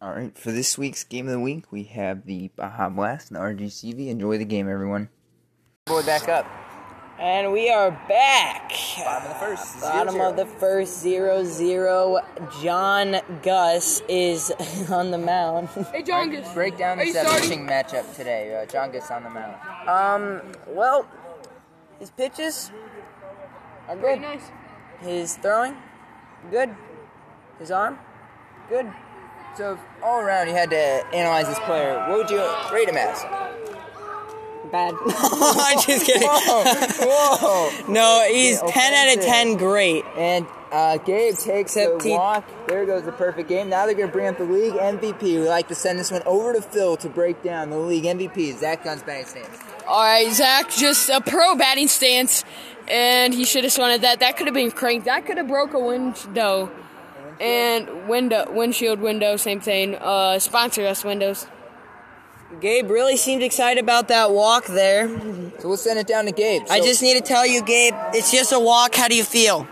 All right, for this week's game of the week, we have the Baja Blast and the RGCV. Enjoy the game, everyone. Boy, back up. And we are back. Bottom of the first. Bottom zero, of the first, zero zero. John Gus is on the mound. Hey, John zero. Gus. Break down Are the you seven starting? pitching matchup today. Uh, John gets on the mound. Um, well, his pitches are Very good. nice. His throwing, good. His arm, good. So, if all around, you had to analyze this player. What would you rate him as? Bad. I'm just kidding. Whoa! No, he's Yeah, 10 out of offensive. 10 great. And uh, Gabe takes a Except he- walk. There goes the perfect game. Now they're going to bring up the league MVP. We like to send this one over to Phil to break down the league MVP. Zach Gunn's batting stance. All right, Zach, just a pro batting stance, and he should have swung at that. That could have been cranked. That could have broke a window, and window, windshield window, same thing. Uh, sponsor us, Windows. Gabe really seemed excited about that walk there. So we'll send it down to Gabe. I So- just need to tell you, Gabe, it's just a walk. How do you feel?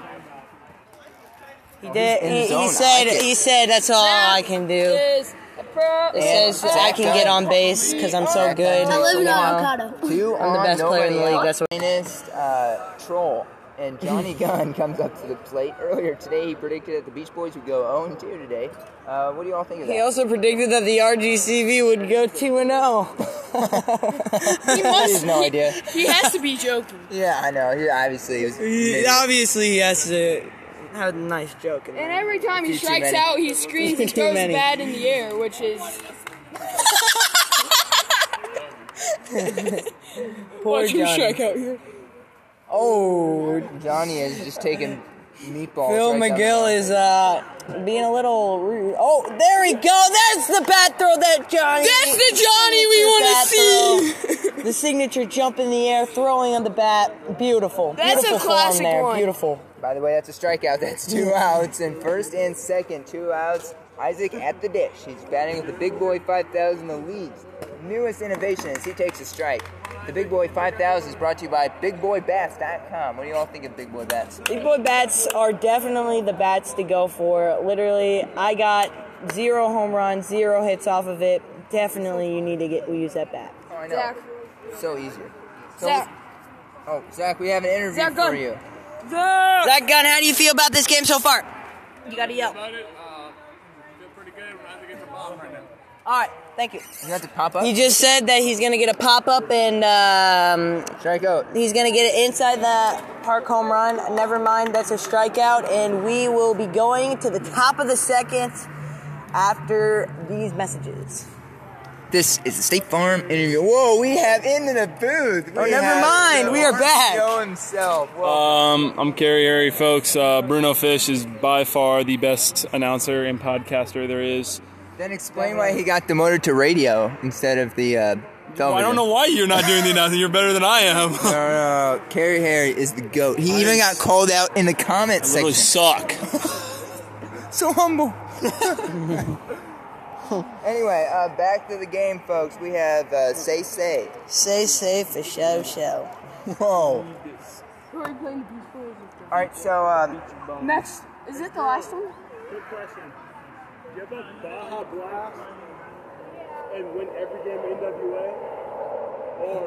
He did. in He, zone. I he said. like it. he said that's all Zach I can do. Is a pro. It And says that I Zach can get Gunn. on base because I'm so Zach good. Gunn. I live in You Two know. I'm the on, best nobody player in the league, out. that's what- Finest, uh, troll. And Johnny Gunn comes up to the plate earlier today. He predicted that the Beach Boys would go 0 2 today. Uh, what do you all think of that? He also predicted that the RGCV would go two and oh. zero. He I must- have no idea. He has to be joking. Yeah, I know. He obviously was. maybe- Obviously, he has to have a nice joke. In And there. every time he Too strikes many. out, he screams and Too throws many. bad in the air, which is Poor watch him Johnny. strike out here. Oh, Johnny is just taking meatballs. Phil right down the McGill line. is uh being a little rude. Oh, there we go. That's the bat throw that Johnny. That's the Johnny we want to see. to see. the signature jump in the air, throwing on the bat. Beautiful. That's a Beautiful classic form there. one. Beautiful. By the way, that's a strikeout. That's two outs. And first and second, two outs. Isaac at the dish. He's batting with the Big Boy 5000, the league's newest innovation as he takes a strike. The Big Boy 5000 is brought to you by BigBoyBats.com. What do you all think of Big Boy Bats? Big boy bats are definitely the bats to go for. Literally, I got zero home runs, zero hits off of it. Definitely, you need to get use that bat. Oh, I know. Zach, So easier. So Zach, Oh, Zach, we have an interview Zach, go. for you. Zach. Zach Gunn, how do you feel about this game so far? You gotta yell. about it. Uh, feel pretty good. We're about to get to the bottom right now. All right, thank you. You have to pop up. He just said that he's gonna get a pop up and um, Strikeout. he's gonna get it inside the park home run. Never mind, that's a strikeout, and we will be going to the top of the second after these messages. This is the State Farm interview. Whoa, we have into the booth. Oh, never mind. We are back. Joe himself. Whoa. Um, I'm Kerry Harry, folks. Uh, Bruno Fish is by far the best announcer and podcaster there is. Then explain why he got demoted to radio instead of the uh, television. I don't know why you're not doing the announcing. You're better than I am. No, no, no. Carrie Harry is the goat. He even got called out in the comment really section. suck. So humble. anyway, uh, back to the game, folks. We have uh, Say Say. Stay safe for show show. Whoa. All right, so um, Next, is it the last one? Good question. Give up Baja Blast and win every game in NWA, or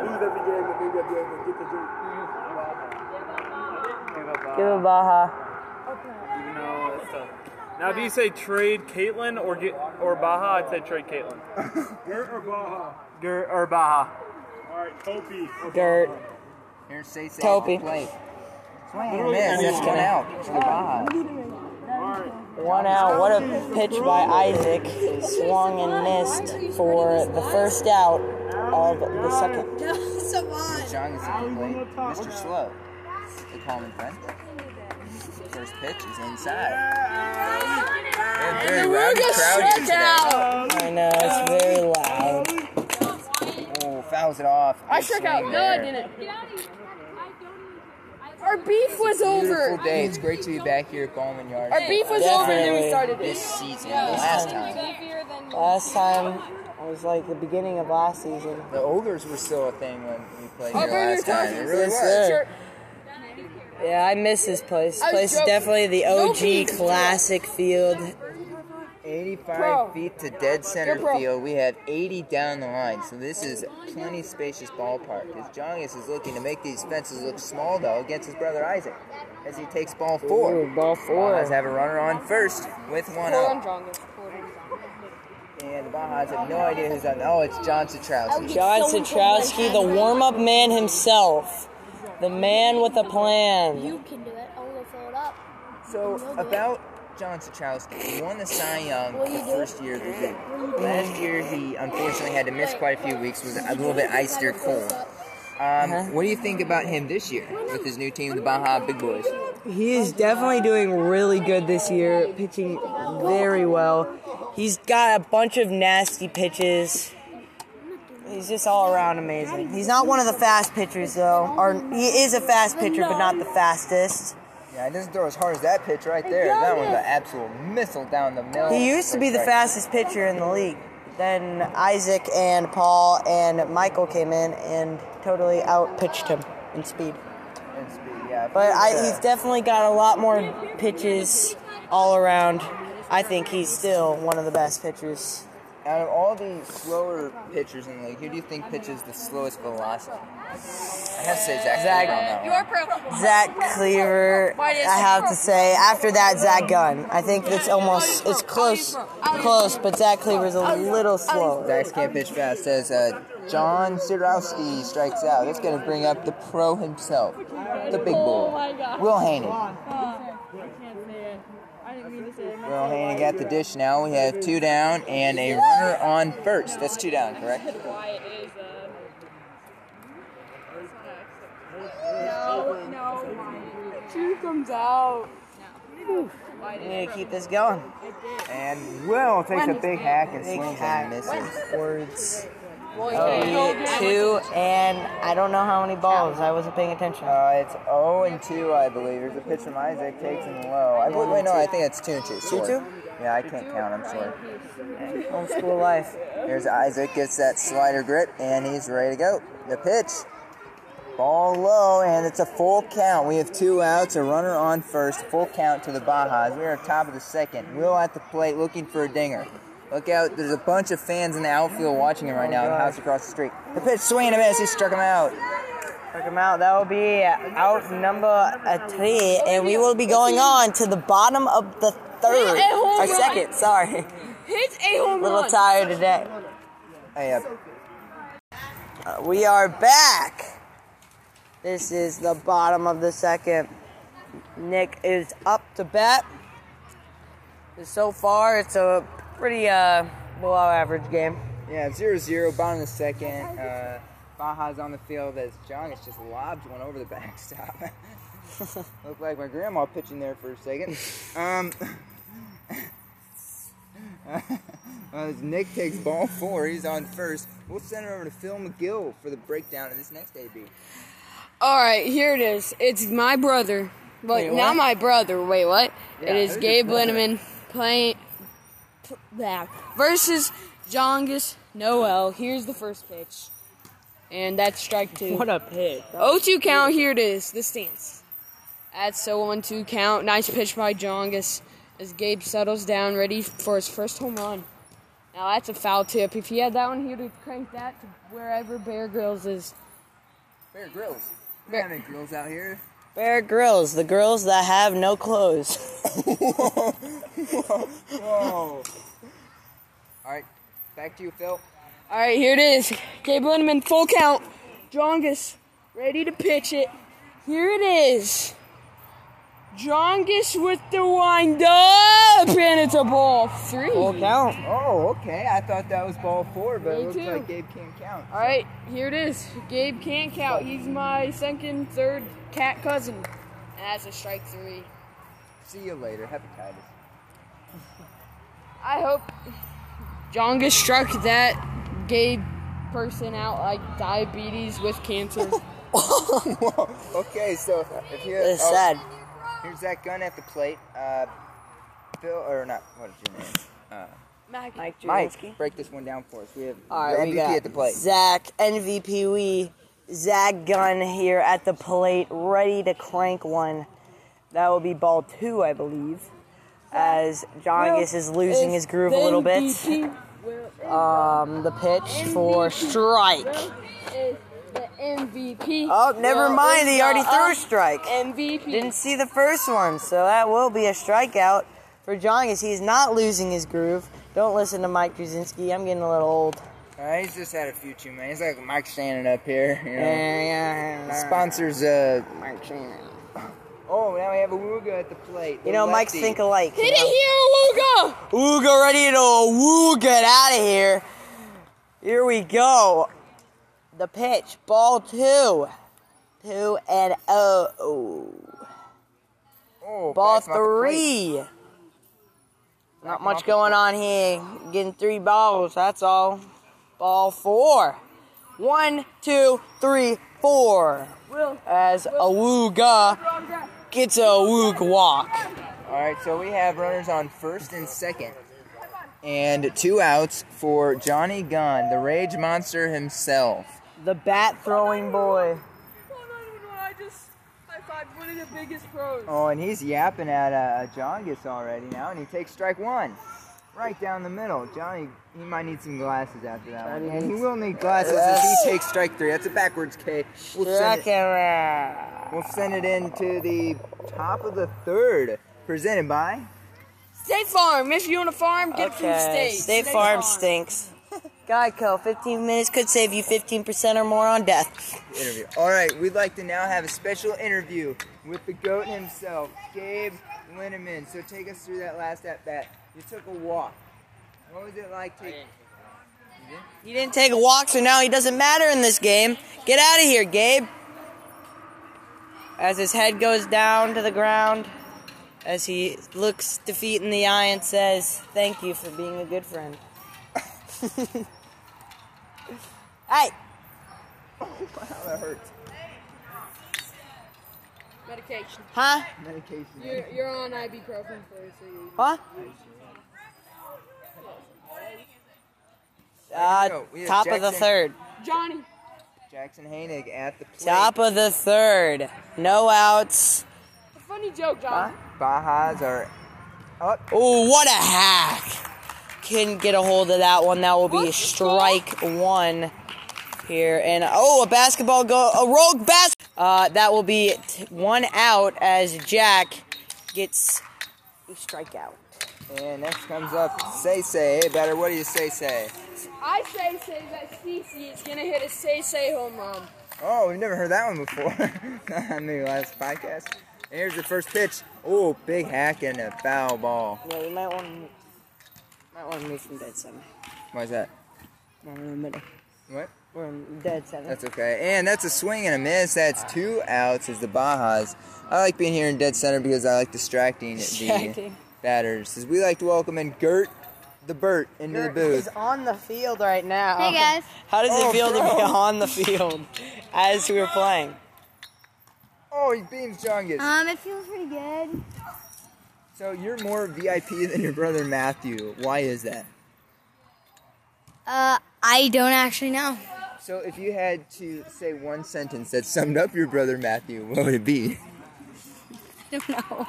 lose every game in NWA but get the drink. Give a baja. No, that's tough. Now, do you say trade Caitlin or get, or Baja? I'd say trade Caitlin. Dirt or Baja? Ger, or Baja. All right, Kofi. or Dirt. Baja. here's Say Say. Topi. Play. Swing and miss. That's going out. To the bye. All right. One out. What a pitch by Isaac. Swung and missed for the first out of the second. John is in the plate. Mr. Slow. They call him in French. First pitch is inside. They're very rowdy crowd here today. I know, it's very loud. Oh, fouls it off. I Good struck swing out. No, I there. didn't. Our beef was Beautiful over. day. It's great to be back here at Ballman Yard. Our beef was over, and then we started this it. season. The last time. Last time it was like the beginning of last season. The ogres were still a thing when we played I'll here bring your last time. It tacos. really Yes, was. sir. Sure. Yeah, I miss this place. This I was place is joking. definitely the No OG beans. classic field. 85 Bro. feet to dead center Yeah, bro. field. We have 80 down the line, so this is plenty spacious ballpark. As Jongus is looking to make these fences look small, though, against his brother Isaac, as he takes ball four. Ooh, ball four. Bajas have a runner on first with one Hold on, out, John. Hold on. and the Bajas have no idea who's on. Oh, it's John Satrowski. John Satrowski, the warm up man himself, the man with a plan. You can do it. I'm gonna fill it up. So about John Satrowski, he won the Cy Young the first year of the league. Last year, he unfortunately had to miss quite a few weeks. Was a little bit iced or cold. Um, What do you think about him this year with his new team, the Baja Big Boys? He is definitely doing really good this year, pitching very well. He's got a bunch of nasty pitches. He's just all around amazing. He's not one of the fast pitchers though, or he is a fast pitcher, but not the fastest. Yeah, he doesn't throw as hard as that pitch right there. That was an absolute missile down the middle. He used to be the Right. fastest pitcher in the league. Then Isaac and Paul and Michael came in and totally outpitched him in speed. And speed, yeah. But I, Yeah. he's definitely got a lot more pitches all around. I think he's still one of the best pitchers. out of all the slower pitchers in the league, who do you think pitches the slowest velocity? I have to say Zach. Zach. On that one. Zach Cleaver, I have to say. After that, Zach Gunn. I think it's almost it's close, close, but Zach Cleaver's a little slow. Zach can't pitch fast. Says uh, John Sirowski strikes out. That's going to bring up the pro himself, the big boy, Will Haney. Will Haney got the dish now. We have two down and a runner on first. That's two down, correct? Two comes out. We need to keep this going. And Will takes a big hack and Big swings hack. and misses. Words. Oh, Two and I don't know how many balls. I wasn't paying attention. Uh, it's 0 and 2, I believe. There's a pitch from Isaac, takes him low. I believe, wait, no, I think it's 2 and 2. Sorry. 2? Yeah, I can't count, I'm sorry. Home school life. Here's Isaac, gets that slider grip, and he's ready to go. The pitch. Ball low, and it's a full count. We have two outs, a runner on first, full count to the Bajas. We are top of the second. Will at the plate looking for a dinger. Look out, there's a bunch of fans in the outfield watching him right now in Oh the house across the street. The pitch, swing and a miss, he struck him out. Check him out. That will be out number uh, three, and we will be going on to the bottom of the third Hey, hold or on. second. Sorry, Hits a home little run. tired today. Hey, uh, Uh, we are back. This is the bottom of the second. Nick is up to bat. So far, it's a pretty uh, below average game. Yeah, 0 0, bottom of the second. Uh, Baja's on the field as Jongus just lobbed one over the backstop. Looked like my grandma pitching there for a second. Um, uh, as Nick takes ball four, he's on first. We'll send it over to Phil McGill for the breakdown of this next AB. All right, here it is. It's my brother. But not my brother. Wait, what? it who's is your Gabe brother? Linneman playing pl- blah, versus Jongus Noel. Here's the first pitch. And that's strike two. a pitch. 0-2 count. Here it is. The stance. That's a 1-2 count. Nice pitch by Jongus as Gabe settles down, ready for his first home run. Now that's a foul tip. If he had that one, he would have cranked that to wherever Bear Grylls is. Bear Grylls. We're having grills out here. Bear Grylls, the girls that have no clothes. Whoa. All right, back to you, Phil. All right, here it is. Gabe Lindemann, full count. Jongus, ready to pitch it. Here it is. Jongus with the wind up, and it's a ball three. Full count. Mm-hmm. Oh, okay. I thought that was ball four, but Me it looks too. like Gabe can't count. All right, here it is. Gabe can't count. He's my second, third cat cousin. And that's a strike three. See you later. Hepatitis. I hope Jongus struck that Gabe person out like diabetes with cancer. Okay, so if you It's oh, sad. here's that gun at the plate. Uh, Phil or not? What is your name? Mike Mike, break this one down for us. We have All right, the we MVP got at the plate. Zach MVP we Zach Gunn here at the plate, ready to crank one. That will be ball two, I believe. as John Gis is losing his groove a little bit. Um, the pitch for strike. The MVP. Oh, never mind. He already threw a threw strike. MVP. Didn't see the first one, so that will be a strikeout for John Gis. He's not losing his groove. Don't listen to Mike Krasinski. I'm getting a little old. Uh, he's just had a few too many. He's like Mike Shannon up here. You know. Yeah, Sponsors. Uh, yeah. oh, now we have a Wooga at the plate. You know, Mike's think thinking. alike. Hit it here, Luca! Ooga ready to woo get out of here. Here we go. The pitch, ball two. Two and oh. Oh, Ball pass him off the plate. three. Not much going on here. Getting three balls, that's all. Ball four. One, two, three, four. As Awuga gets a Woog walk. All right, so we have runners on first and second, and two outs for Johnny Gunn, the Rage Monster himself. The bat throwing boy. I just high five one of the biggest pros. Oh, and he's yapping at uh, Jongus already now, and he takes strike one. Right down the middle. Johnny, he might need some glasses after that one. And he will need glasses if he takes strike three. That's a backwards K. We'll send, it, Second round. we'll send it into the top of the third, presented by. State Farm. If you want a farm, get it from Okay, State. State Farm stinks. Geico, 15 minutes could save you 15% or more on death. interview. All right, we'd like to now have a special interview with the goat himself, Gabe Linneman. So take us through that last at bat. You took a walk. What was it like to? He didn't take a walk, so now he doesn't matter in this game. Get out of here, Gabe. As his head goes down to the ground, as he looks defeat in the eye and says, Thank you for being a good friend. hey! Wow, that hurts. Medication. Huh? Medication. You're, you're on ibuprofen for so you. Huh? Uh, Here we go. We have top of the Jackson- third. Johnny. Jackson Hainig at the plate. Top of the third. No outs. A funny joke, Johnny. Bajas are up. Oh, what a hack. Couldn't get a hold of that one. That will be a strike one here. And oh, a basketball go a rogue bas. Uh, that will be t- one out as Jack gets a strikeout. And next comes up Say Say. Hey, better. What do you say say? I say say that Cece is gonna hit a say say home run. Oh, we've never heard that one before. on the last podcast. And here's the first pitch. Oh, big hack and a foul ball. Yeah, you might want to might want to move from dead center. Why's that? Not in the middle. What? We're in dead center. That's okay. And that's a swing and a miss. That's two outs as the Bajas. I like being here in dead center because I like distracting, Distracting. the batters. As we like to welcome in Gert the Bert into the booth. He's on the field right now. Hey guys, How does Oh, it feel to be bro. on the field as we were playing? Oh, he beams Jongus. um, it feels pretty good. so you're more VIP than your brother Matthew. Why is that? Uh, I don't actually know. So if you had to say one sentence that summed up your brother Matthew, what would it be? I don't know.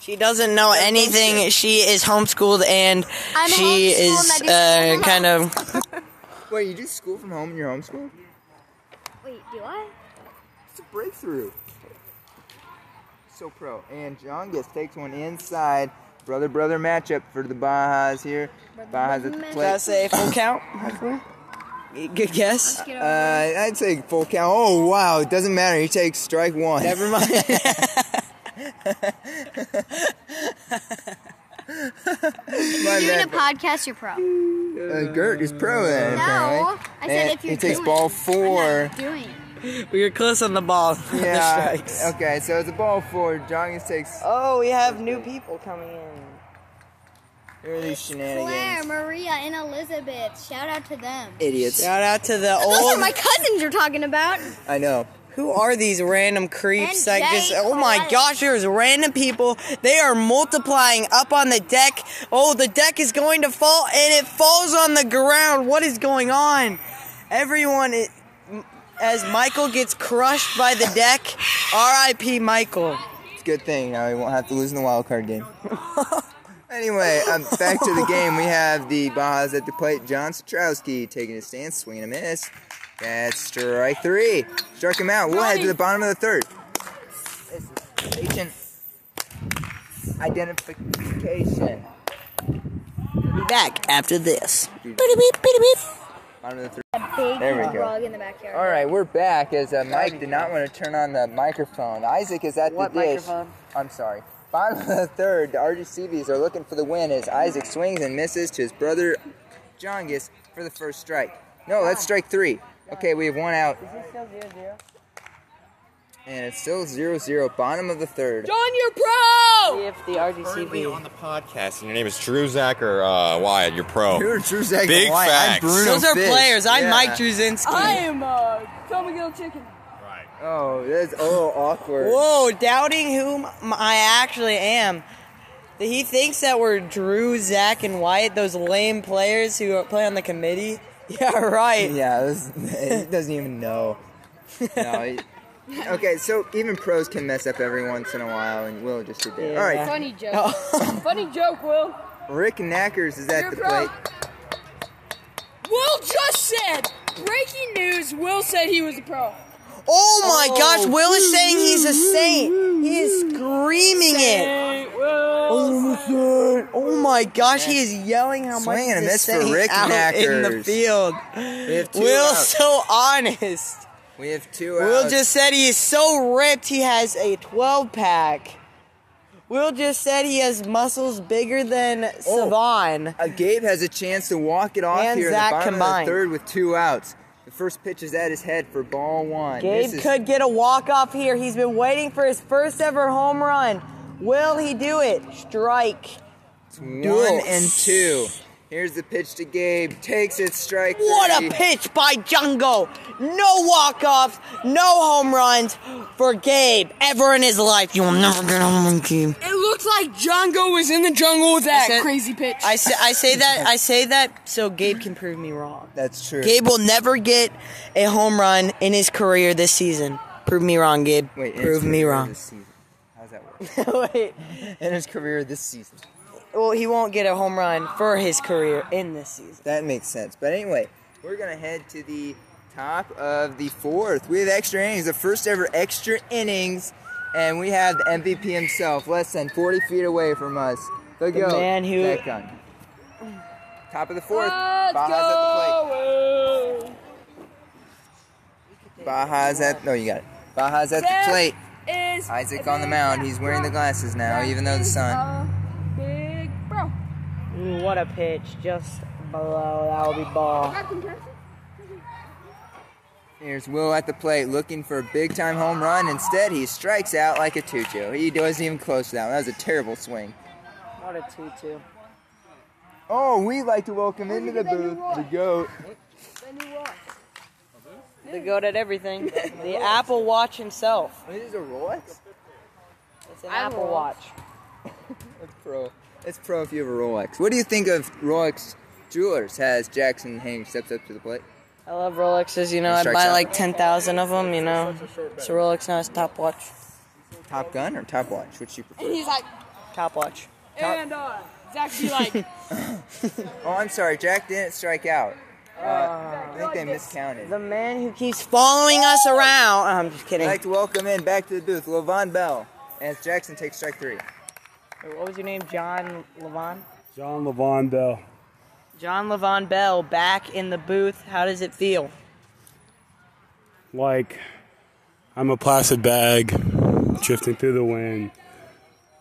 She doesn't know anything. She is homeschooled and I'm she homeschooled is and I uh, do school from kind of. Wait, you do school from home in your homeschool? Wait, do I? It's a breakthrough. So pro. And Jongus takes one inside. Brother brother matchup for the Bajas here. Bajas at the brother plate. Did I say full count? Good guess. Get Uh, over I'd say full count. Oh wow, it doesn't matter. He takes strike one. Never mind. My Doing a bad. podcast, you're pro. No, Uh, Gert is pro then. I apparently. said And if you're he takes doing ball it. four. I'm not doing it. we were close on the ball. The Yeah. strikes. Okay, so it's a ball four. Jongus takes. Oh, we have new people coming in. Here are these Claire, shenanigans. Maria, and Elizabeth. Shout out to them. Idiots. Shout out to the Those are old. my cousins you're talking about. I know. Who are these random creeps And that just? Jay Oh my Collette. gosh, there's random people. They are multiplying up on the deck. Oh, the deck is going to fall, and it falls on the ground. What is going on? Everyone, i- m- as Michael gets crushed by the deck. R.I.P. Michael. It's a good thing. Now he won't have to lose in the wild card game. Anyway, um, back to the game. We have the Bajas at the plate. John Strowski taking his stance, swinging a miss. That's strike three. Struck him out. We'll head to the bottom of the third. Agent identification. Be back after this. Bottom of the third. A big There we go. frog in the backyard. All right, we're back as uh, Mike did not want to turn on the microphone. Isaac is at What the dish. microphone? I'm sorry. Bottom of the third, the RGCBs are looking for the win as Isaac swings and misses to his brother Jongus for the first strike. No, that's strike three. Okay, we have one out. Is it still 0 0? And it's still 0 0, bottom of the third. John, you're pro. If the RGCB. on the podcast, and your name is Drew Zach or uh, Wyatt. You're pro. You're Drew Zach Big and Wyatt. facts. I'm Bruno Those are Fish. players. I'm Yeah. Mike Druzinski. I am uh, Tom McGill Chicken. Right. Oh, that's oh awkward. Whoa, doubting whom I actually am. He thinks that we're Drew, Zach, and Wyatt, those lame players who play on the committee. Yeah, right. Yeah, this, he doesn't even know. No, he- okay, so even pros can mess up every once in a while, and Will just did that. Yeah. All right, Funny joke. Oh. Funny joke, Will. Rick Knackers is at You're the pro. plate. Will just said. Breaking news. Will said he was a pro. Oh my gosh, Will is saying he's a saint. He is screaming it. Oh my god. Oh my gosh, he is yelling how much Swing he's and a a miss for saint Rick out in the Knackers. field. We have two Will's outs. so honest. We have two Will outs. just said he is so ripped he has a 12 pack. Will just said he has muscles bigger than Savon. Uh, Gabe has a chance to walk it off And here Zach in the bottom combined. of the third with two outs. The first pitch is at his head for ball one. Gabe This is- could get a walk off here. He's been waiting for his first ever home run. Will he do it? Strike. One and two. Here's the pitch to Gabe. Takes it, strike three. What a pitch by Jungo! No walk offs, no home runs for Gabe ever in his life. You will never get a monkey. It looked like Django was in the jungle with that said- crazy pitch. I say, I say that I say that so Gabe can prove me wrong. That's true. Gabe will never get a home run in his career this season. Prove me wrong, Gabe. Wait, in his prove me career wrong. This season. How's that work? Wait. in his career this season. Well, he won't get a home run for his career in this season. That makes sense. But anyway, we're gonna head to the top of the fourth. We have extra innings, the first ever extra innings, and we have the MVP himself, less than 40 feet away from us. The, goat, man who- Zach Gunn. Top of the 4th Let's Baja's at go. the plate. Baja's at no, you got it. Baja's at Zach the plate. Is Isaac a on the big mound. He's wearing the bro. glasses now, Zach even though the is sun. a Big bro. Ooh, what a pitch! Just below. That will be ball. Here's Will at the plate, looking for a big time home run. Instead, he strikes out like a tutu. He wasn't even close to that. one. That was a terrible swing. What a two-two. Oh, we'd like to welcome into the booth the goat. The goat at everything. The Apple Watch himself. Oh, This is a Rolex? It's an Apple Watch. That's pro. That's pro if you have a Rolex. What do you think of Rolex Jewelers? Has Jackson Haynes steps up to the plate? I love Rolexes. You know, It I strikes buy out. like ten thousand of them. You know, it's a Rolex, not a top watch. Top Gun or Top Watch? Which you prefer? And he's like, Top watch. and uh, Zach be like, Oh, I'm sorry. Jack didn't strike out. Uh, I think they miscounted. The man who keeps following us around. I'm just I'd kidding. like to welcome in back to the booth Levon Bell as Jackson takes strike three. What was your name? John Levon? John Levon Bell. John Levon Bell back in the booth. How does it feel? Like, I'm a plastic bag drifting through the wind,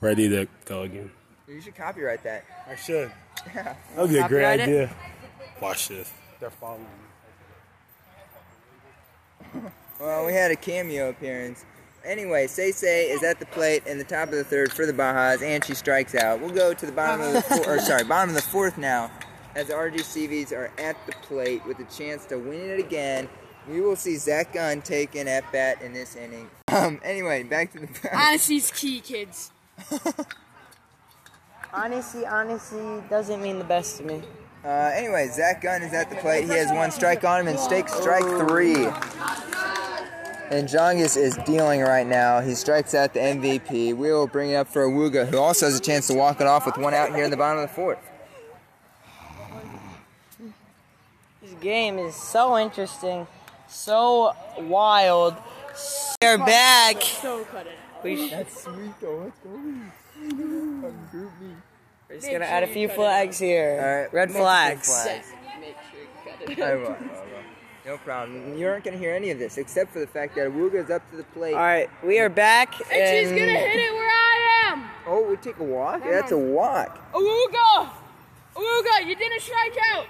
ready to go again. You should copyright that. I should. That would be a great Copyright it? idea. Watch this. They're following me. Well, we had a cameo appearance. Anyway, Say Say is at the plate in the top of the third for the Bajas, and she strikes out. We'll go to the bottom of the four, or sorry, bottom of the fourth now, as the RGCVs are at the plate with a chance to win it again. We will see Zach Gunn take an at bat in this inning. Um. Anyway, back to the. honesty's key, kids. Honestly, honestly, doesn't mean the best to me. Uh, anyway, Zach Gunn is at the plate. He has one strike on him and stakes strike three. And Jongus is dealing right now. He strikes out the MVP. We will bring it up for Awuga, who also has a chance to walk it off with one out here in the bottom of the fourth. This game is so interesting, so wild. They're back. So cut it. We should, That's sweet, though. Let's go. we're just gonna add a few flags here. All right, Red multiple flags. Make sure you cut it. I will, I will. No problem. You aren't going to hear any of this, except for the fact that Awuga's up to the plate. All right, we are back. And she's gonna hit it where I am. Oh, we take a walk? That's a walk. Awuga! Awuga, you didn't strike out.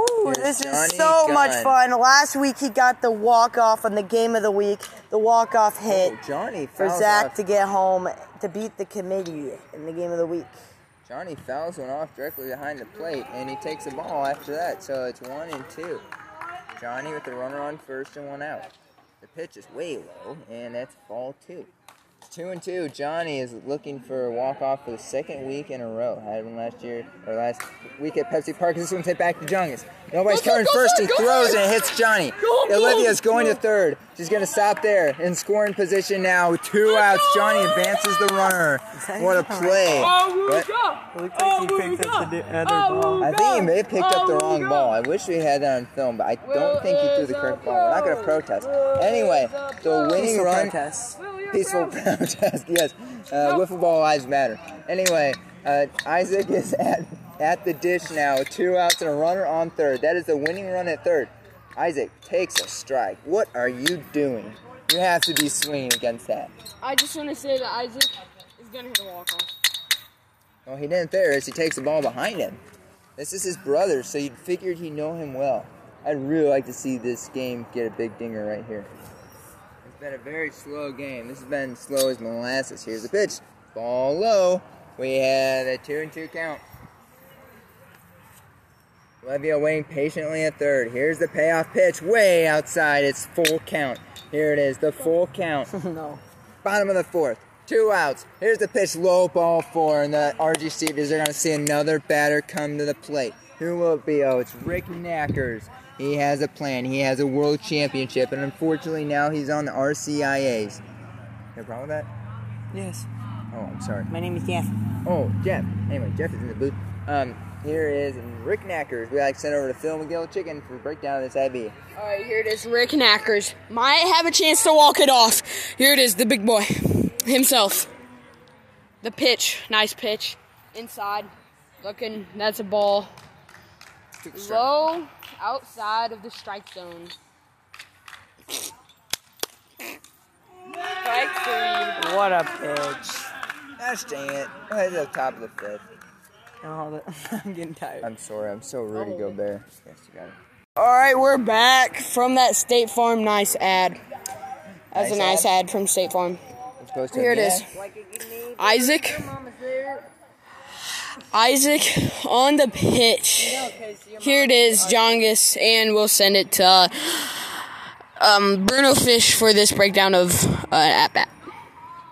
Ooh, this Johnny is so Gunn. much fun. Last week he got the walk off on the game of the week, the walk off hit Oh, Johnny for fouls Zach off. to get home to beat the committee in the game of the week. Johnny fouls one off directly behind the plate, and he takes the ball after that, so it's one and two. Johnny with the runner on first and one out. The pitch is way low, and that's ball two. Two and two. Johnny is looking for a walk off for the second week in a row. Had one last year or last week at Pepsi Park. This one's hit back to Jungus. Nobody's Go, go, covering go, first. go, He go, throws go. and it hits Johnny. Go, go, Olivia's going go. to third. She's gonna stop there in scoring position now. with Two outs. Johnny advances the runner. What a play! Oh, But- Awuga! It looks Oh, I think he may have picked up the wrong ball. I wish we had that on film, but I Will don't think he threw is the a correct ball. We're not going to pro. protest. Will Anyway, is a the pro. winning run, peaceful Peaceful. protest. Yes, uh, wiffle ball lives matter. Anyway, uh, Isaac is at at the dish now, with two outs and a runner on third. That is the winning run at third. Isaac takes a strike. What are you doing? You have to be swinging against that. I just want to say that Isaac is gonna hit a walk off. Well, he didn't there as he takes the ball behind him. This is his brother, so you figured he'd know him well. I'd really like to see this game get a big dinger right here. It's been a very slow game. This has been slow as molasses. Here's the pitch. Ball low. We had a two and two count. Levia waiting patiently at third. Here's the payoff pitch. Way outside. It's full count. Here it is, the full count. No. Bottom of the fourth. Two outs. Here's the pitch, low ball four, and the RGC is going to see another batter come to the plate. Who will it be? Oh, it's Rick Knackers. He has a plan. He has a world championship, and unfortunately now he's on the RCIA's. You have a problem with that? Yes. Oh, I'm sorry. My name is Jeff. Oh, Jeff. Anyway, Jeff is in the booth. Um, here is Rick Knackers. We like sent over to Phil McGill Chicken for a breakdown of this IB. All right, here it is. Rick Knackers might have a chance to walk it off. Here it is, the big boy himself. The pitch, nice pitch, inside. Looking, that's a ball. Low, outside of the strike zone. Strike three. What a pitch. Gosh dang it. Oh, that's the top of the fifth. Oh, hold it. I'm getting tired. I'm sorry. I'm so rude to go Oh. there. Yes, you got it. All right, we're back from that State Farm nice ad. That's a Nice nice ad from State Farm. Let's go to Here it the is. next. Isaac. Isaac on the pitch. Here it is, Jongus, and we'll send it to uh, um, Bruno Fish for this breakdown of uh, at bat.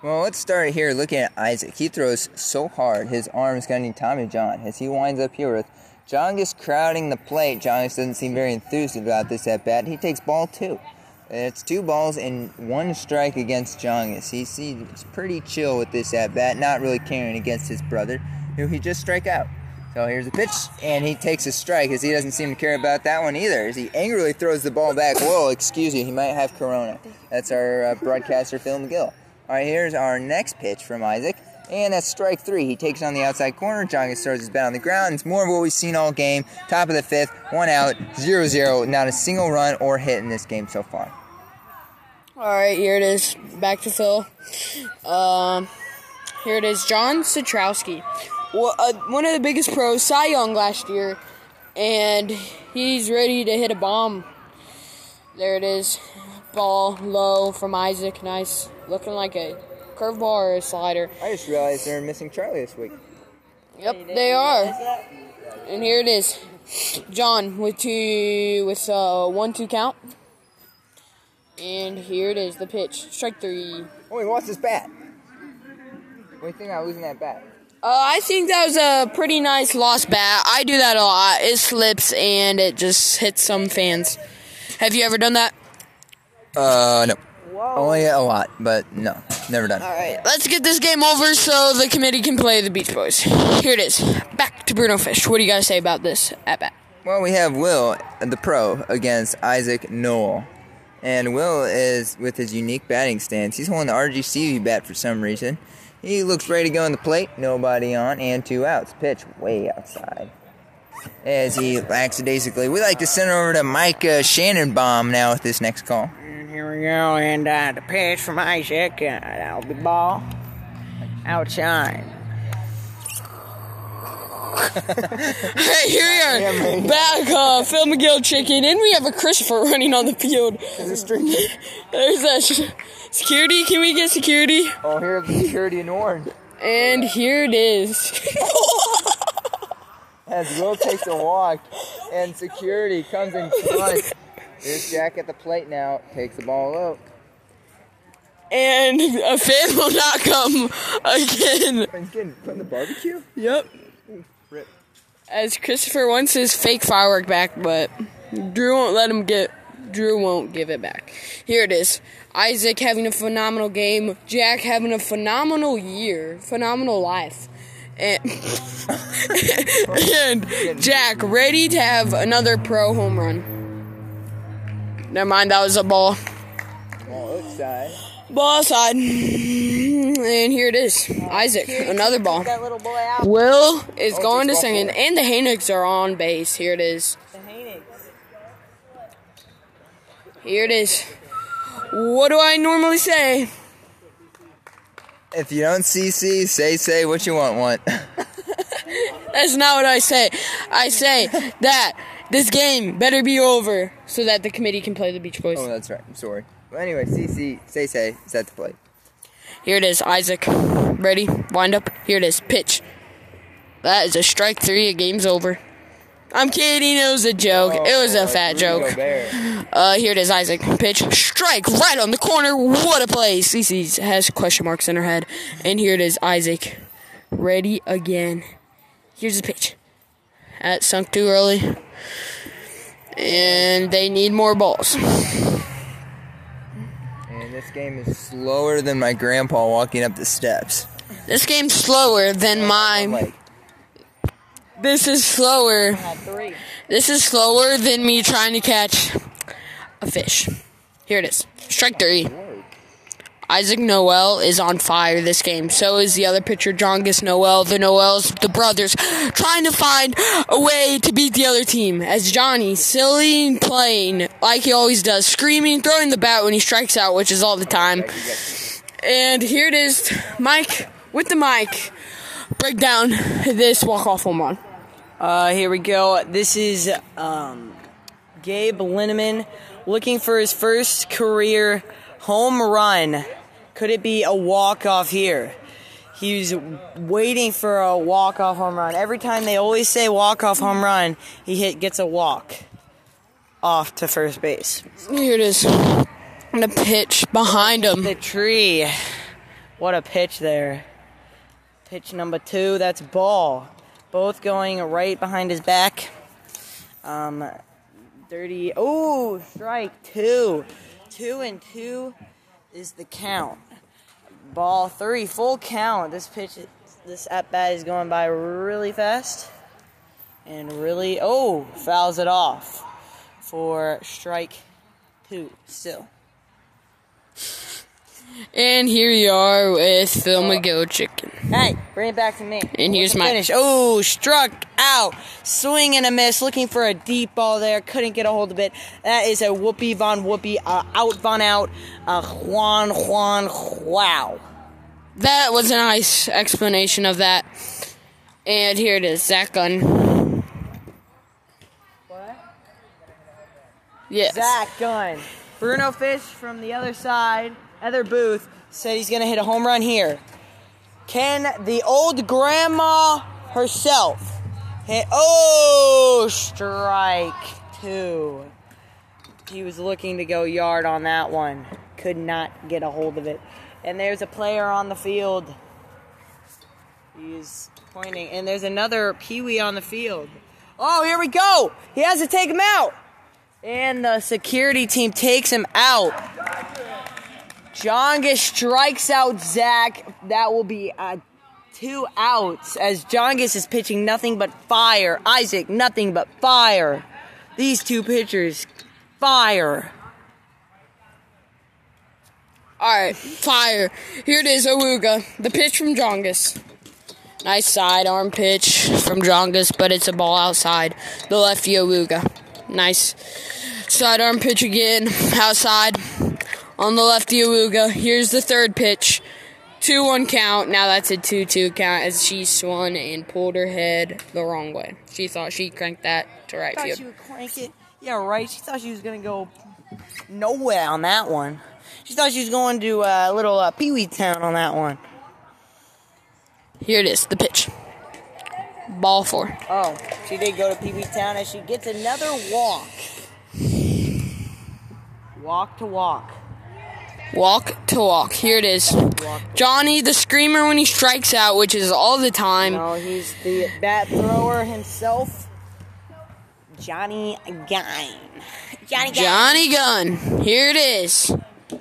Well, let's start here looking at Isaac. He throws so hard, his arm's going to need Tommy John as he winds up here with Jongus crowding the plate. Jongus doesn't seem very enthused about this at bat. He takes ball two. It's two balls and one strike against Jongus. He seems pretty chill with this at bat, not really caring against his brother, who he just strike out. So here's the pitch, and he takes a strike as he doesn't seem to care about that one either. As he angrily throws the ball back. Whoa, excuse you, he might have Corona. That's our uh, broadcaster, Phil McGill. All right, here's our next pitch from Isaac. And that's strike three. He takes it on the outside corner. Jongus throws his bat on the ground. It's more of what we've seen all game. Top of the fifth, one out, zero zero. Not a single run or hit in this game so far. All right, here it is. Back to Phil. Um, here it is, John Satrowski, Wa- uh, one of the biggest pros, Cy Young last year, and he's ready to hit a bomb. There it is, ball low from Isaac. Nice, looking like a curveball or a slider. I just realized they're missing Charlie this week. Yep, they are. And here it is, John with two with uh, one two count. And here it is, the pitch, strike three. Oh, he lost his bat. What do you think about losing that bat? Uh, I think that was a pretty nice lost bat. I do that a lot. It slips and it just hits some fans. Have you ever done that? Uh, no. Only a lot, but no, never done. All right, let's get this game over so the committee can play the Beach Boys. Here it is. Back to Bruno Fish. What do you guys say about this at bat? Well, we have Will, the pro, against Isaac Noel. And Will is with his unique batting stance. He's holding the RGC bat for some reason. He looks ready to go in the plate. Nobody on and two outs. Pitch way outside. As he lackadaisically, we like to send over to Mike uh, Shannonbaum now with this next call. Here we go, and uh, the pitch from Isaac. Uh, that'll be ball outside. Hey, here we are. Back, uh, Phil McGill chicken, and we have a Christopher running on the field. There's that. Sh- security, can we get security? Oh, here's the security in orange. And here it is. As Will takes a walk, and security comes in front. There's Jack at the plate now. Takes the ball out. and a fan will not come again. Friends getting put in the barbecue? Yep. As Christopher wants his fake firework back, but Drew won't let him get. Drew won't give it back. Here it is. Isaac having a phenomenal game. Jack having a phenomenal year. Phenomenal life. And, and Jack ready to have another pro home run. Never mind, that was a ball. Ball outside. Ball side. And here it is. Isaac, another ball. That little boy out. Will is going to ball second, and the Hanigs are on base. Here it is. The Hanigs. Here it is. What do I normally say? If you don't CC, say say what you want. Want. That's not what I say. I say that this game better be over so that the committee can play the Beach Boys. Oh, that's right. I'm sorry. But anyway, CC, say say is at the plate. Here it is, Isaac. Ready? Wind up. Here it is. Pitch. That is a strike three. A game's over. I'm kidding. It was a joke. it was a fat joke. Uh, here it is, Isaac. Pitch, strike, right on the corner. What a play! CC has question marks in her head, and here it is, Isaac, ready again. Here's the pitch. That sunk too early, and they need more balls. And this game is slower than my grandpa walking up the steps. This game's slower than my. Like, This is slower. Three. This is slower than me trying to catch a fish. Here it is. Strike three. Isaac Noel is on fire this game. So is the other pitcher, Jongus Noel. The Noels, the brothers, trying to find a way to beat the other team. As Johnny, silly and playing like he always does, screaming, throwing the bat when he strikes out, which is all the time. And here it is, Mike with the mic. Break down this walk-off home run. Uh, here we go. This is um, Gabe Linneman looking for his first career home run. Could it be a walk off here? He's waiting for a walk off home run. Every time they always say walk off home run, he hit gets a walk off to first base. Here it is. And a pitch behind him. The tree. What a pitch there. Pitch number two, that's ball. Both going right behind his back. Um, 30. Oh, strike two. Two and two is the count. Ball three, full count. This pitch, this at bat is going by really fast. And really, oh, fouls it off for strike two still. And here you are with Phil McGill Chicken. Hey, bring it back to me. And here's What's the my- finish. Oh, struck out. Swing and a miss. Looking for a deep ball there. Couldn't get a hold of it. That is a whoopee von whoopee. Uh, out von out. Uh, Juan Juan Wow. That was a nice explanation of that. And here it is, Zach Gunn. What? Yes. Zach Gunn. Bruno Fish from the other side, other booth, said he's going to hit a home run here. Can the old grandma herself hit? Oh, strike two. He was looking to go yard on that one. Could not get a hold of it. And there's a player on the field. He's pointing. And there's another Pee Wee on the field. Oh, here we go. He has to take him out. And the security team takes him out. Jonga strikes out Zach. That will be uh, two outs as Jongus is pitching nothing but fire. Isaac, nothing but fire. These two pitchers, fire. All right, fire. Here it is, Awuga. The pitch from Jongus. Nice sidearm pitch from Jongus, but it's a ball outside. The lefty Awuga. Nice sidearm pitch again, outside. On the lefty Awuga. Here's the third pitch. 2 1 count. Now that's a 2 2 count as she swung and pulled her head the wrong way. She thought she cranked that to right Thought field. she would crank it. Yeah, right. She thought she was gonna go nowhere on that one. She thought she was going to uh, little uh, Pee Wee Town on that one. Here it is, the pitch. Ball four. Oh, she did go to Pee Wee Town as she gets another walk. Walk to walk. Walk to walk. Here it is. Johnny the screamer when he strikes out, which is all the time. No, Oh, he's the bat thrower himself, Johnny Gine. Johnny Gine. Johnny Gunn. Here it is. You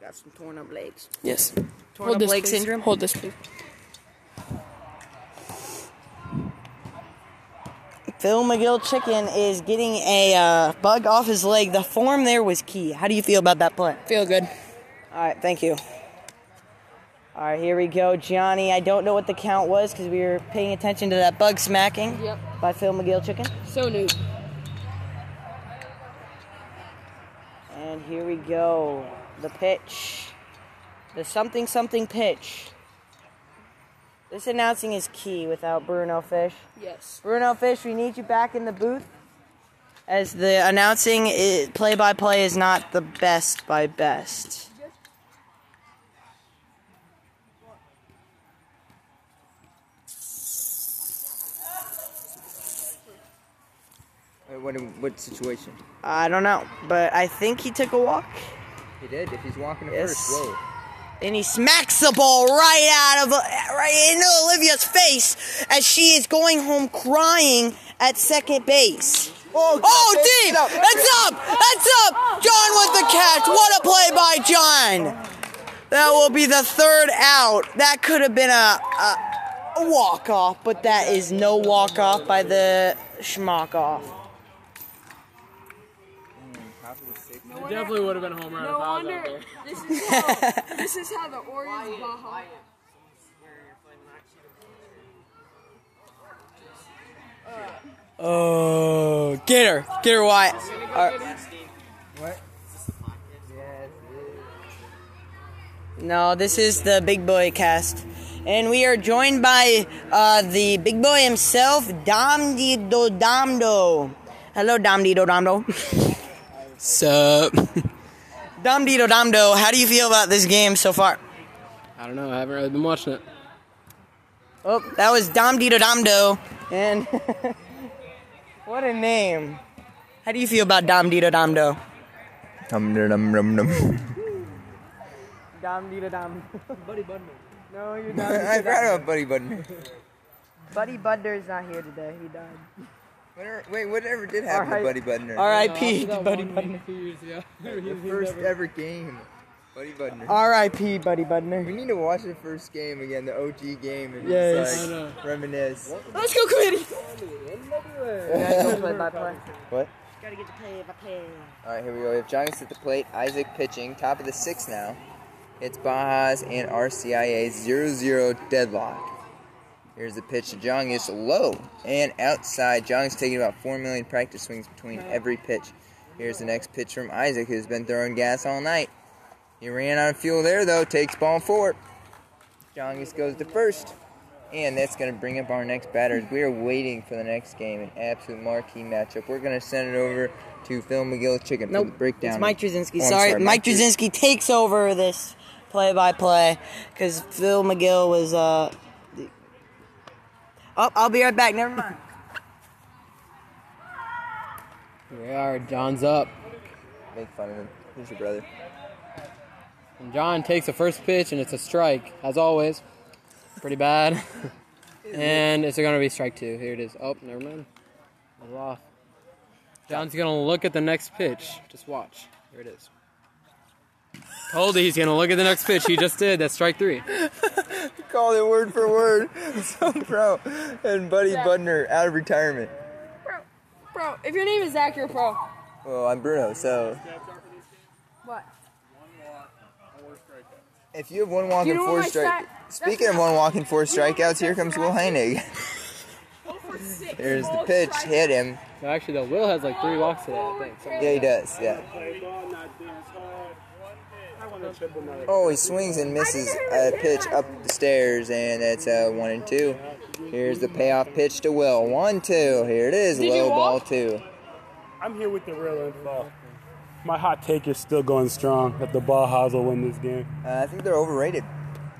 got some torn up legs. Yes. Torn up leg syndrome? Hold this, please. Phil McGill Chicken is getting a uh, bug off his leg. The form there was key. How do you feel about that play? Feel good. All right, thank you. All right, here we go, Johnny. I don't know what the count was because we were paying attention to that bug smacking Yep. by Phil McGill Chicken. So new. And here we go. The pitch. The something something pitch. This announcing is key without Bruno Fish. Yes. Bruno Fish, we need you back in the booth. As the announcing play by play is not the best by best. Wait, What, what situation? I don't know, but I think he took a walk He did. If he's walking to Yes. first, whoa. and he smacks the ball right out of right into Olivia's face as she is going home crying at second base. Oh, Oh, deep! That's up! That's up! John with the catch. What a play by John! That will be the third out. That could have been a, a, a walk off, but that is no walk off by the schmock off. It definitely would have been a home run if I was out there. This is how, this is how the Orioles Baja. Oh, Uh, get her, get her, Wyatt. Yes, it is. No, this is the Big Boy cast. And we are joined by uh, the Big Boy himself, Dom Di Do Domdo. Hello, Dom Di Do Domdo. Sup? Dom Di Do Domdo, how do you feel about this game so far? I don't know. I haven't really been watching it. Oh, that was Dom Di Do Domdo. And what a name. How do you feel about Dom Di Do Domdo? Dum dum dum dum. Dom Di Do Dom. Buddy Budman. No, you're I forgot about Buddy Budden. Buddy Budder's not here today. He died. Whatever, wait, whatever did happen Alright. to Buddy Budden? R.I.P. That Buddy one Budner. A few years ago. The first ever game. Buddy Budden. R.I.P. Buddy we Budner. need to watch the first game again, the OG game, and Yes. just I like reminisce. Let's go, committee. What? Gotta get to play by play. All right, here we go. We have Johnny's at the plate. Isaac pitching. Top of the sixth now. It's Bajas and RCIA 0-0 deadlock. Here's the pitch to Jongus, low and outside. Jongus taking about 4 million practice swings between every pitch. Here's the next pitch from Isaac, who's been throwing gas all night. He ran out of fuel there, though. Takes ball four. Jongus goes to first. And that's going to bring up our next batters. We are waiting for the next game, an absolute marquee matchup. We're going to send it over to Phil McGill Chicken for the breakdown. It's Mike Trzynski. Oh, I'm sorry. Mike Trzynski. Trzynski takes over this play by play because Phil McGill was. uh the- Oh, I'll be right back. Never mind. Here we are. John's up. Make fun of him. He's your brother. And John takes the first pitch, and it's a strike, as always. Pretty bad. and it's going to be strike two. Here it is. Oh, never mind. Was off. John's gonna look at the next pitch. Just watch. Here it is. Told you he's gonna look at the next pitch. He just did. That's strike three. Called it word for word. so pro. And Buddy Yeah. Budner out of retirement. Bro, if your name is Zach, you're a pro. Well, I'm Bruno, so What? if you have one walk You and know what four my strike. stat- Speaking of one walk and four strikeouts, here comes Will Heinig. There's the Oh, pitch, hit him. No, actually, though, Will has like three walks today. I think. Yeah, he does. Yeah. Oh, he swings and misses a pitch up the stairs, and that's a one and two. Here's the payoff pitch to Will. One, two. Here it is. Did you Low ball walk? two. I'm here with the real info. My hot take is still going strong that the Bajas will win this game. Uh, I think they're overrated.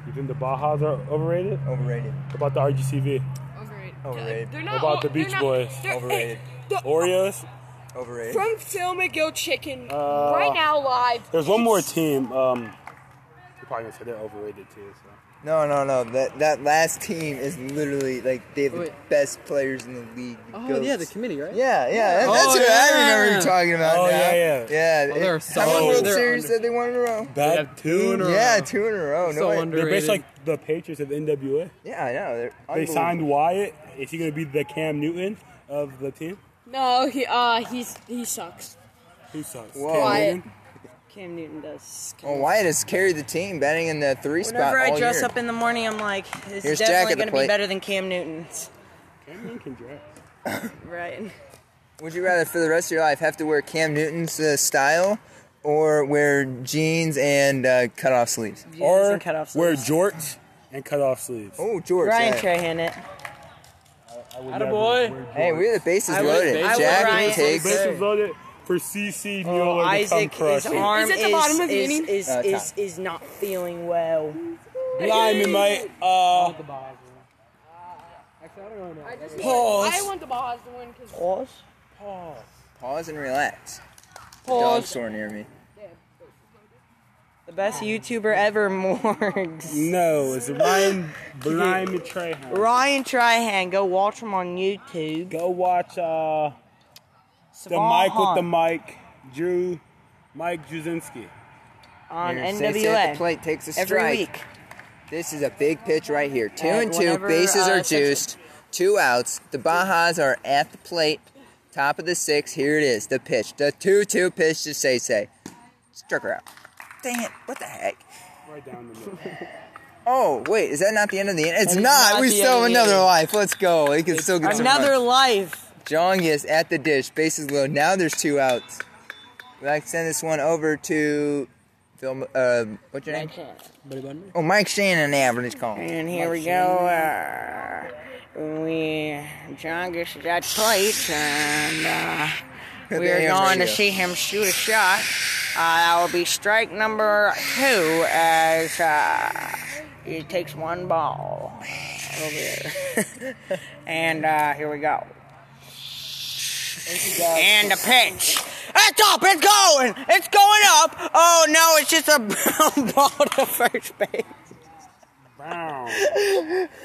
You think the Bajas are overrated? Overrated. What about the RGCV? Overrated. Overrated. They're What not about the o- they're Beach not- Boys? they're- Overrated. the- Oreos? Overrated. From Phil McGill Chicken, Uh, right now live. There's one more team. Um, you're probably gonna say they're overrated too. So. No, no, no. That that last team is literally like they have the best players in the league. the Oh GOATs. yeah, the committee, right? Yeah, yeah, that- that's oh, what I yeah. remember you talking about. Oh, now. yeah, yeah. yeah. Well, they're it- so- how many World they're Series under- did they won in a row? That two in a Yeah, row. two in a row. Oh, No So way. They're based like the Patriots of NWA. Yeah, I know. They're They unbelievable. signed Wyatt. Is he gonna be the Cam Newton of the team? No, he uh he's he sucks. He sucks. Whoa. Wyatt. Cam Newton does. Well, Wyatt has carried the team, batting in the three spot Whenever I all dress year. up in the morning, I'm like, this Here's is definitely Jack at the going to plate. be better than Cam Newton's. Cam Newton can draft. Right. Would you rather, for the rest of your life, have to wear Cam Newton's uh, style, or wear jeans and uh, cut off sleeves? or wear jorts and cut off sleeves. Oh, George. Ryan yeah. Trahan it. Attaboy. Hey, we're the bases I would- loaded. I would Jack Ryan takes. Bases loaded for CC Mueller Isaac, to come his crushing. arm Is it is, the bottom of the is, inning? is, Uh, is, top. is not feeling well. Blimey, mate. Uh, I just Pause. I want the Bajas to win because Pause. Pause. Pause and relax. The Pause. dog sore near me. The best YouTuber ever, Morgs. No, it's Ryan Blimey Trahan. Ryan Trahan. Go watch him on YouTube. Go watch uh, the mic with the mic, Drew, Mike Juzinski. on Here, NWA. Stacey at the plate takes a every strike. week. This is a big pitch right here. Two And and two, whenever, bases uh, are section- juiced, two outs. The Bajas are at the plate, top of the six. Here it is, the pitch, the two-two pitch to Say Say. Struck her out. Dang it! What the heck? Right down the middle. Oh wait, is that not the end of the inning? It's That is not. not we the still end have of the another inning. life. Let's go. They can still get some Another runs. life. Jong is at the dish, bases low. Now there's two outs. We'd like to send this one over to Phil. Uh, what's your name? Oh, Mike Shannon, the average call. And here we go. Uh, we John gets that plate, and uh, we The are AM going to radio. see him shoot a shot. Uh, that will be strike number two as uh, he takes one ball over here. and uh, here we go. And the pitch. It's up. It's going. It's going up. Oh no! It's just a brown ball to first base.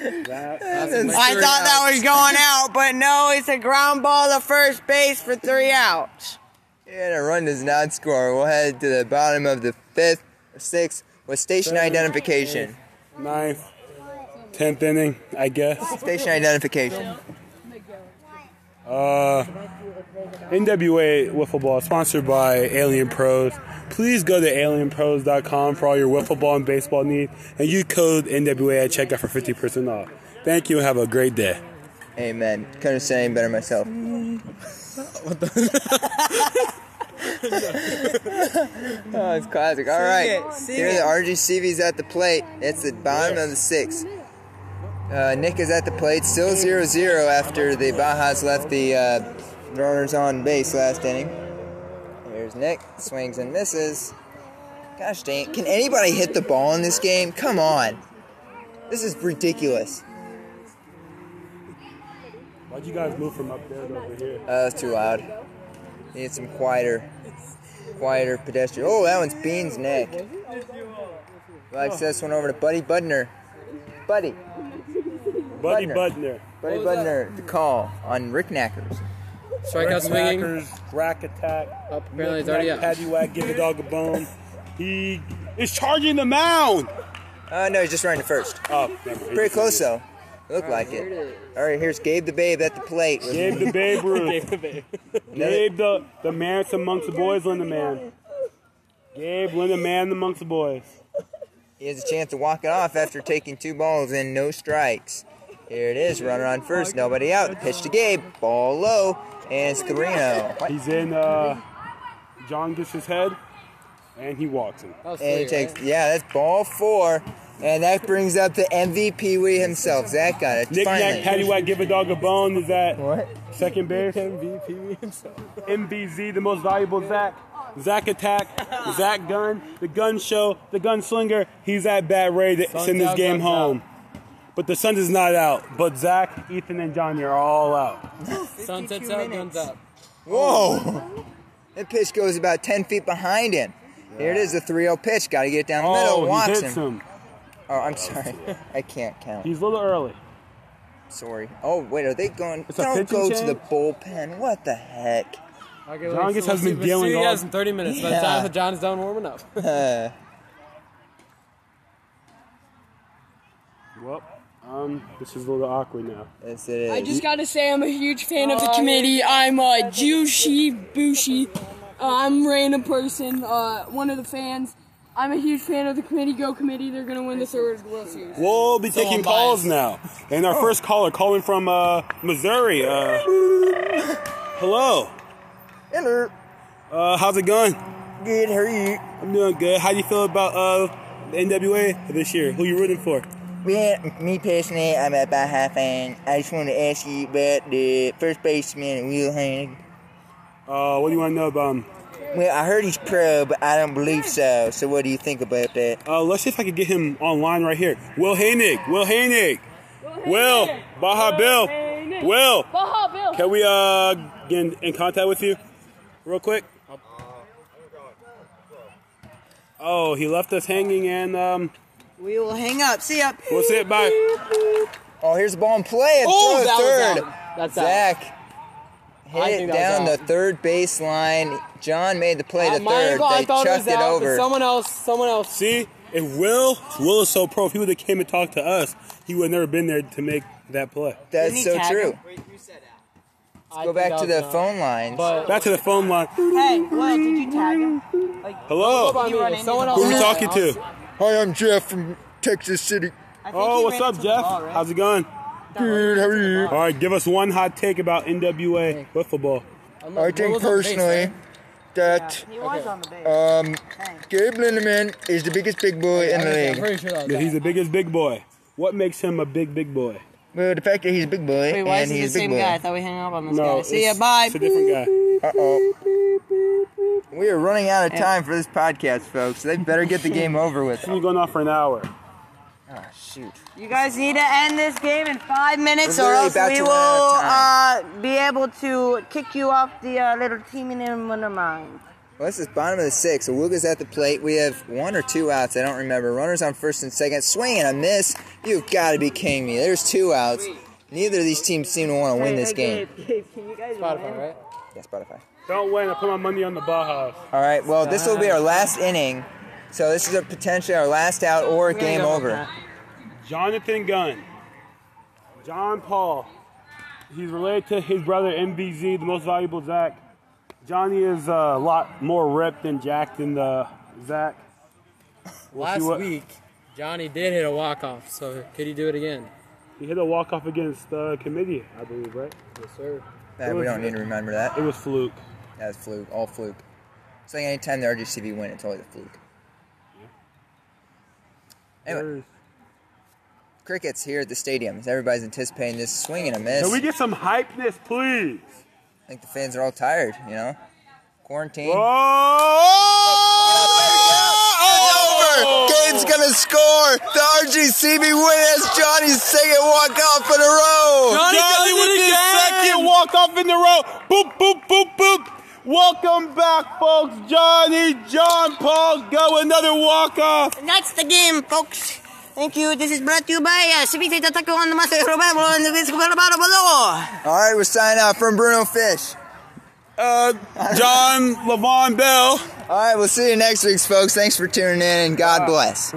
I thought that was going out, but no, it's a ground ball to first base for three outs. And a run does not score. We'll head to the bottom of the fifth, sixth, with station identification. Ninth, tenth inning, I guess. Station identification. Uh, NWA Wiffle Ball, sponsored by Alien Pros. Please go to alienpros.com for all your wiffle ball and baseball needs, and use code NWA at checkout for 50% off. Thank you, and have a great day. Amen. Couldn't have said any better myself. Oh, it's classic. All Sing right. it, sing Here it. the RGCV's at the plate. It's the bottom of the sixth. Uh, Nick is at the plate. Still 0 0 after the Bajas left the uh, runners on base last inning. Here's Nick. Swings and misses. Gosh dang it. Can anybody hit the ball in this game? Come on. This is ridiculous. Why'd you guys move from up there to over here? Oh, that's too loud. Need some quieter, quieter pedestrian. Oh, that one's Bean's neck. Like this one over to Buddy Budner. Buddy. Buddy Budner. Buddy Budner, the call on Rick Knackers. Strikeout Rick swinging. Mackers, rack attack. Up, apparently it's already up. Paddy whack, give the dog a bone. He is charging the mound. Uh, no, he's just running to first. Oh, Pretty close though. Looked like it. All right, here's Gabe the Babe at the plate. Gabe the Babe Ruth. Gabe the Babe. Gabe the, the man amongst the boys, Linda Man. Gabe, Linda Man amongst the boys. He has a chance to walk it off after taking two balls and no strikes. Here it is, runner on first, nobody out. Pitch to Gabe, ball low, and oh. Scarino. He's in. Uh, John gets his head, and he walks him. And he takes, yeah, that's ball four, and that brings up the MVP we himself. Zach got it. Knick finally. knack, patty whack, give a dog a bone. Is that what? Second base. MVP himself. MVZ, the most valuable Zach. Zach attack. Zach gun. The gun show. The gunslinger. He's at bat ready to Sun's send this out, game sun's home. But the Suns is not out. But Zach, Ethan, and Johnny are all out. Sunsets out, guns up. Whoa! That pitch goes about 10 feet behind him. Here it is, the 3 0 pitch. Got to get down the Oh, middle. he Walks hits him. him. Oh, I'm sorry. I can't count. He's a little early. Sorry. Oh, wait, are they going? It's a Don't pitching go to the change? bullpen. What the heck? Okay, Jongus wait, has so we'll been see- we'll see dealing you guys all- in 30 minutes. By Yeah. the time John's done warming up. Uh, Well, um, this is a little awkward now. Yes, it is. I just gotta say, I'm a huge fan of the committee. I'm uh, Juicy Bushy. Uh, I'm a random person, uh, one of the fans. I'm a huge fan of the committee. Go committee! They're gonna win the third World Series. We'll be So taking unbiased. calls now. And our first caller calling from uh, Missouri. Uh, hello. Hello. Uh, how's it going? Good. How are you? I'm doing good. How do you feel about uh, the NWA this year? Who you rooting for? Man, me personally, I'm a Baja fan. I just want to ask you about the first baseman, Will Hannig. Uh, what do you want to know about him? Well, I heard he's pro, but I don't believe so. So, what do you think about that? Uh, let's see if I can get him online right here. Will Hanick. Will Hanick. Will. Baja Bill. Will. Baja Bill. Can we uh, get in, in contact with you real quick? Oh, he left us hanging and um, We will hang up. See ya. we'll say it bye. Oh, here's the ball in play. Oh, Oh, that was third. out. That's out. Zach I hit it think that was Uh, down the third baseline. John made the play At to my third. angle, I They thought it chucked was it, out, but over. someone else, someone else. See, if Will Will is so pro, if he would have came and talked to us, he would have never been there to make that play. That's so true. Let's go back to the phone lines. Back to the phone line. Hey, Will, did you tag him? Hello. Don't go by me. If someone Who are we else- talking to? Hi, I'm Jeff from Texas City. Oh, what's up, Jeff? How's it going? Good, how are you? All right, give us one hot take about NWA wiffle ball. I think personally that Uh, um, Gabe Lindemann is the biggest big boy in the league. Yeah, he's the biggest big boy. What makes him a big big boy? Well, the fact that he's a big boy Wait, why and is it the he's a big same boy. guy? I thought we hung up on this No, guy. See ya. it's- Bye. it's a different guy. Uh oh. We are running out of time for this podcast, folks. They better get the game over with. We're going off for an hour. Oh, shoot. You guys need to end this game in five minutes, We're or literally else about we to will run out of uh, be able to kick you off the uh, little team in one of mine. Well, this is bottom of the sixth. Awuga's at the plate. We have one or two outs. I don't remember. Runners on first and second. Swing and a miss. You've got to be kidding me. There's two outs. Neither of these teams seem to want to win this game. can you guys Spotify, right? Yeah, Spotify. Don't win. I put my money on the Bajas. All right. Well, this will be our last inning. So this is a potentially our last out or game over. Jonathan Gunn. John Paul. He's related to his brother MBZ, the most valuable Zach. Johnny is a lot more ripped and jacked than the Zach. We'll see Last what- week, Johnny did hit a walk off. So could he do it again? He hit a walk off against uh, committee, I believe, right? Yes, sir. Uh, we don't need to remember that. It was fluke. That was fluke. All fluke. It's like anytime the RGCB win, it's always a fluke. Anyway. Crickets here at the stadium. Everybody's anticipating this swing and a miss. Can we get some hypeness, please? I think the fans are all tired, you know? Quarantine. Oh! Over! Gabe's gonna score! The RGCB win as Johnny's second walk off in a row! Johnny, with his second walk off in the row. Boop, boop, boop, boop. Welcome back, folks. Johnny, John Paul, go another walk off. And that's the game, folks. Thank you. This is brought to you by uh, Shibita Tatako on the Master Robabo and the Visco Barabaro below. All right, we're signing off from Bruno Fish. uh, John Levon Bell. All right, we'll see you next week, folks. Thanks for tuning in, and God bless.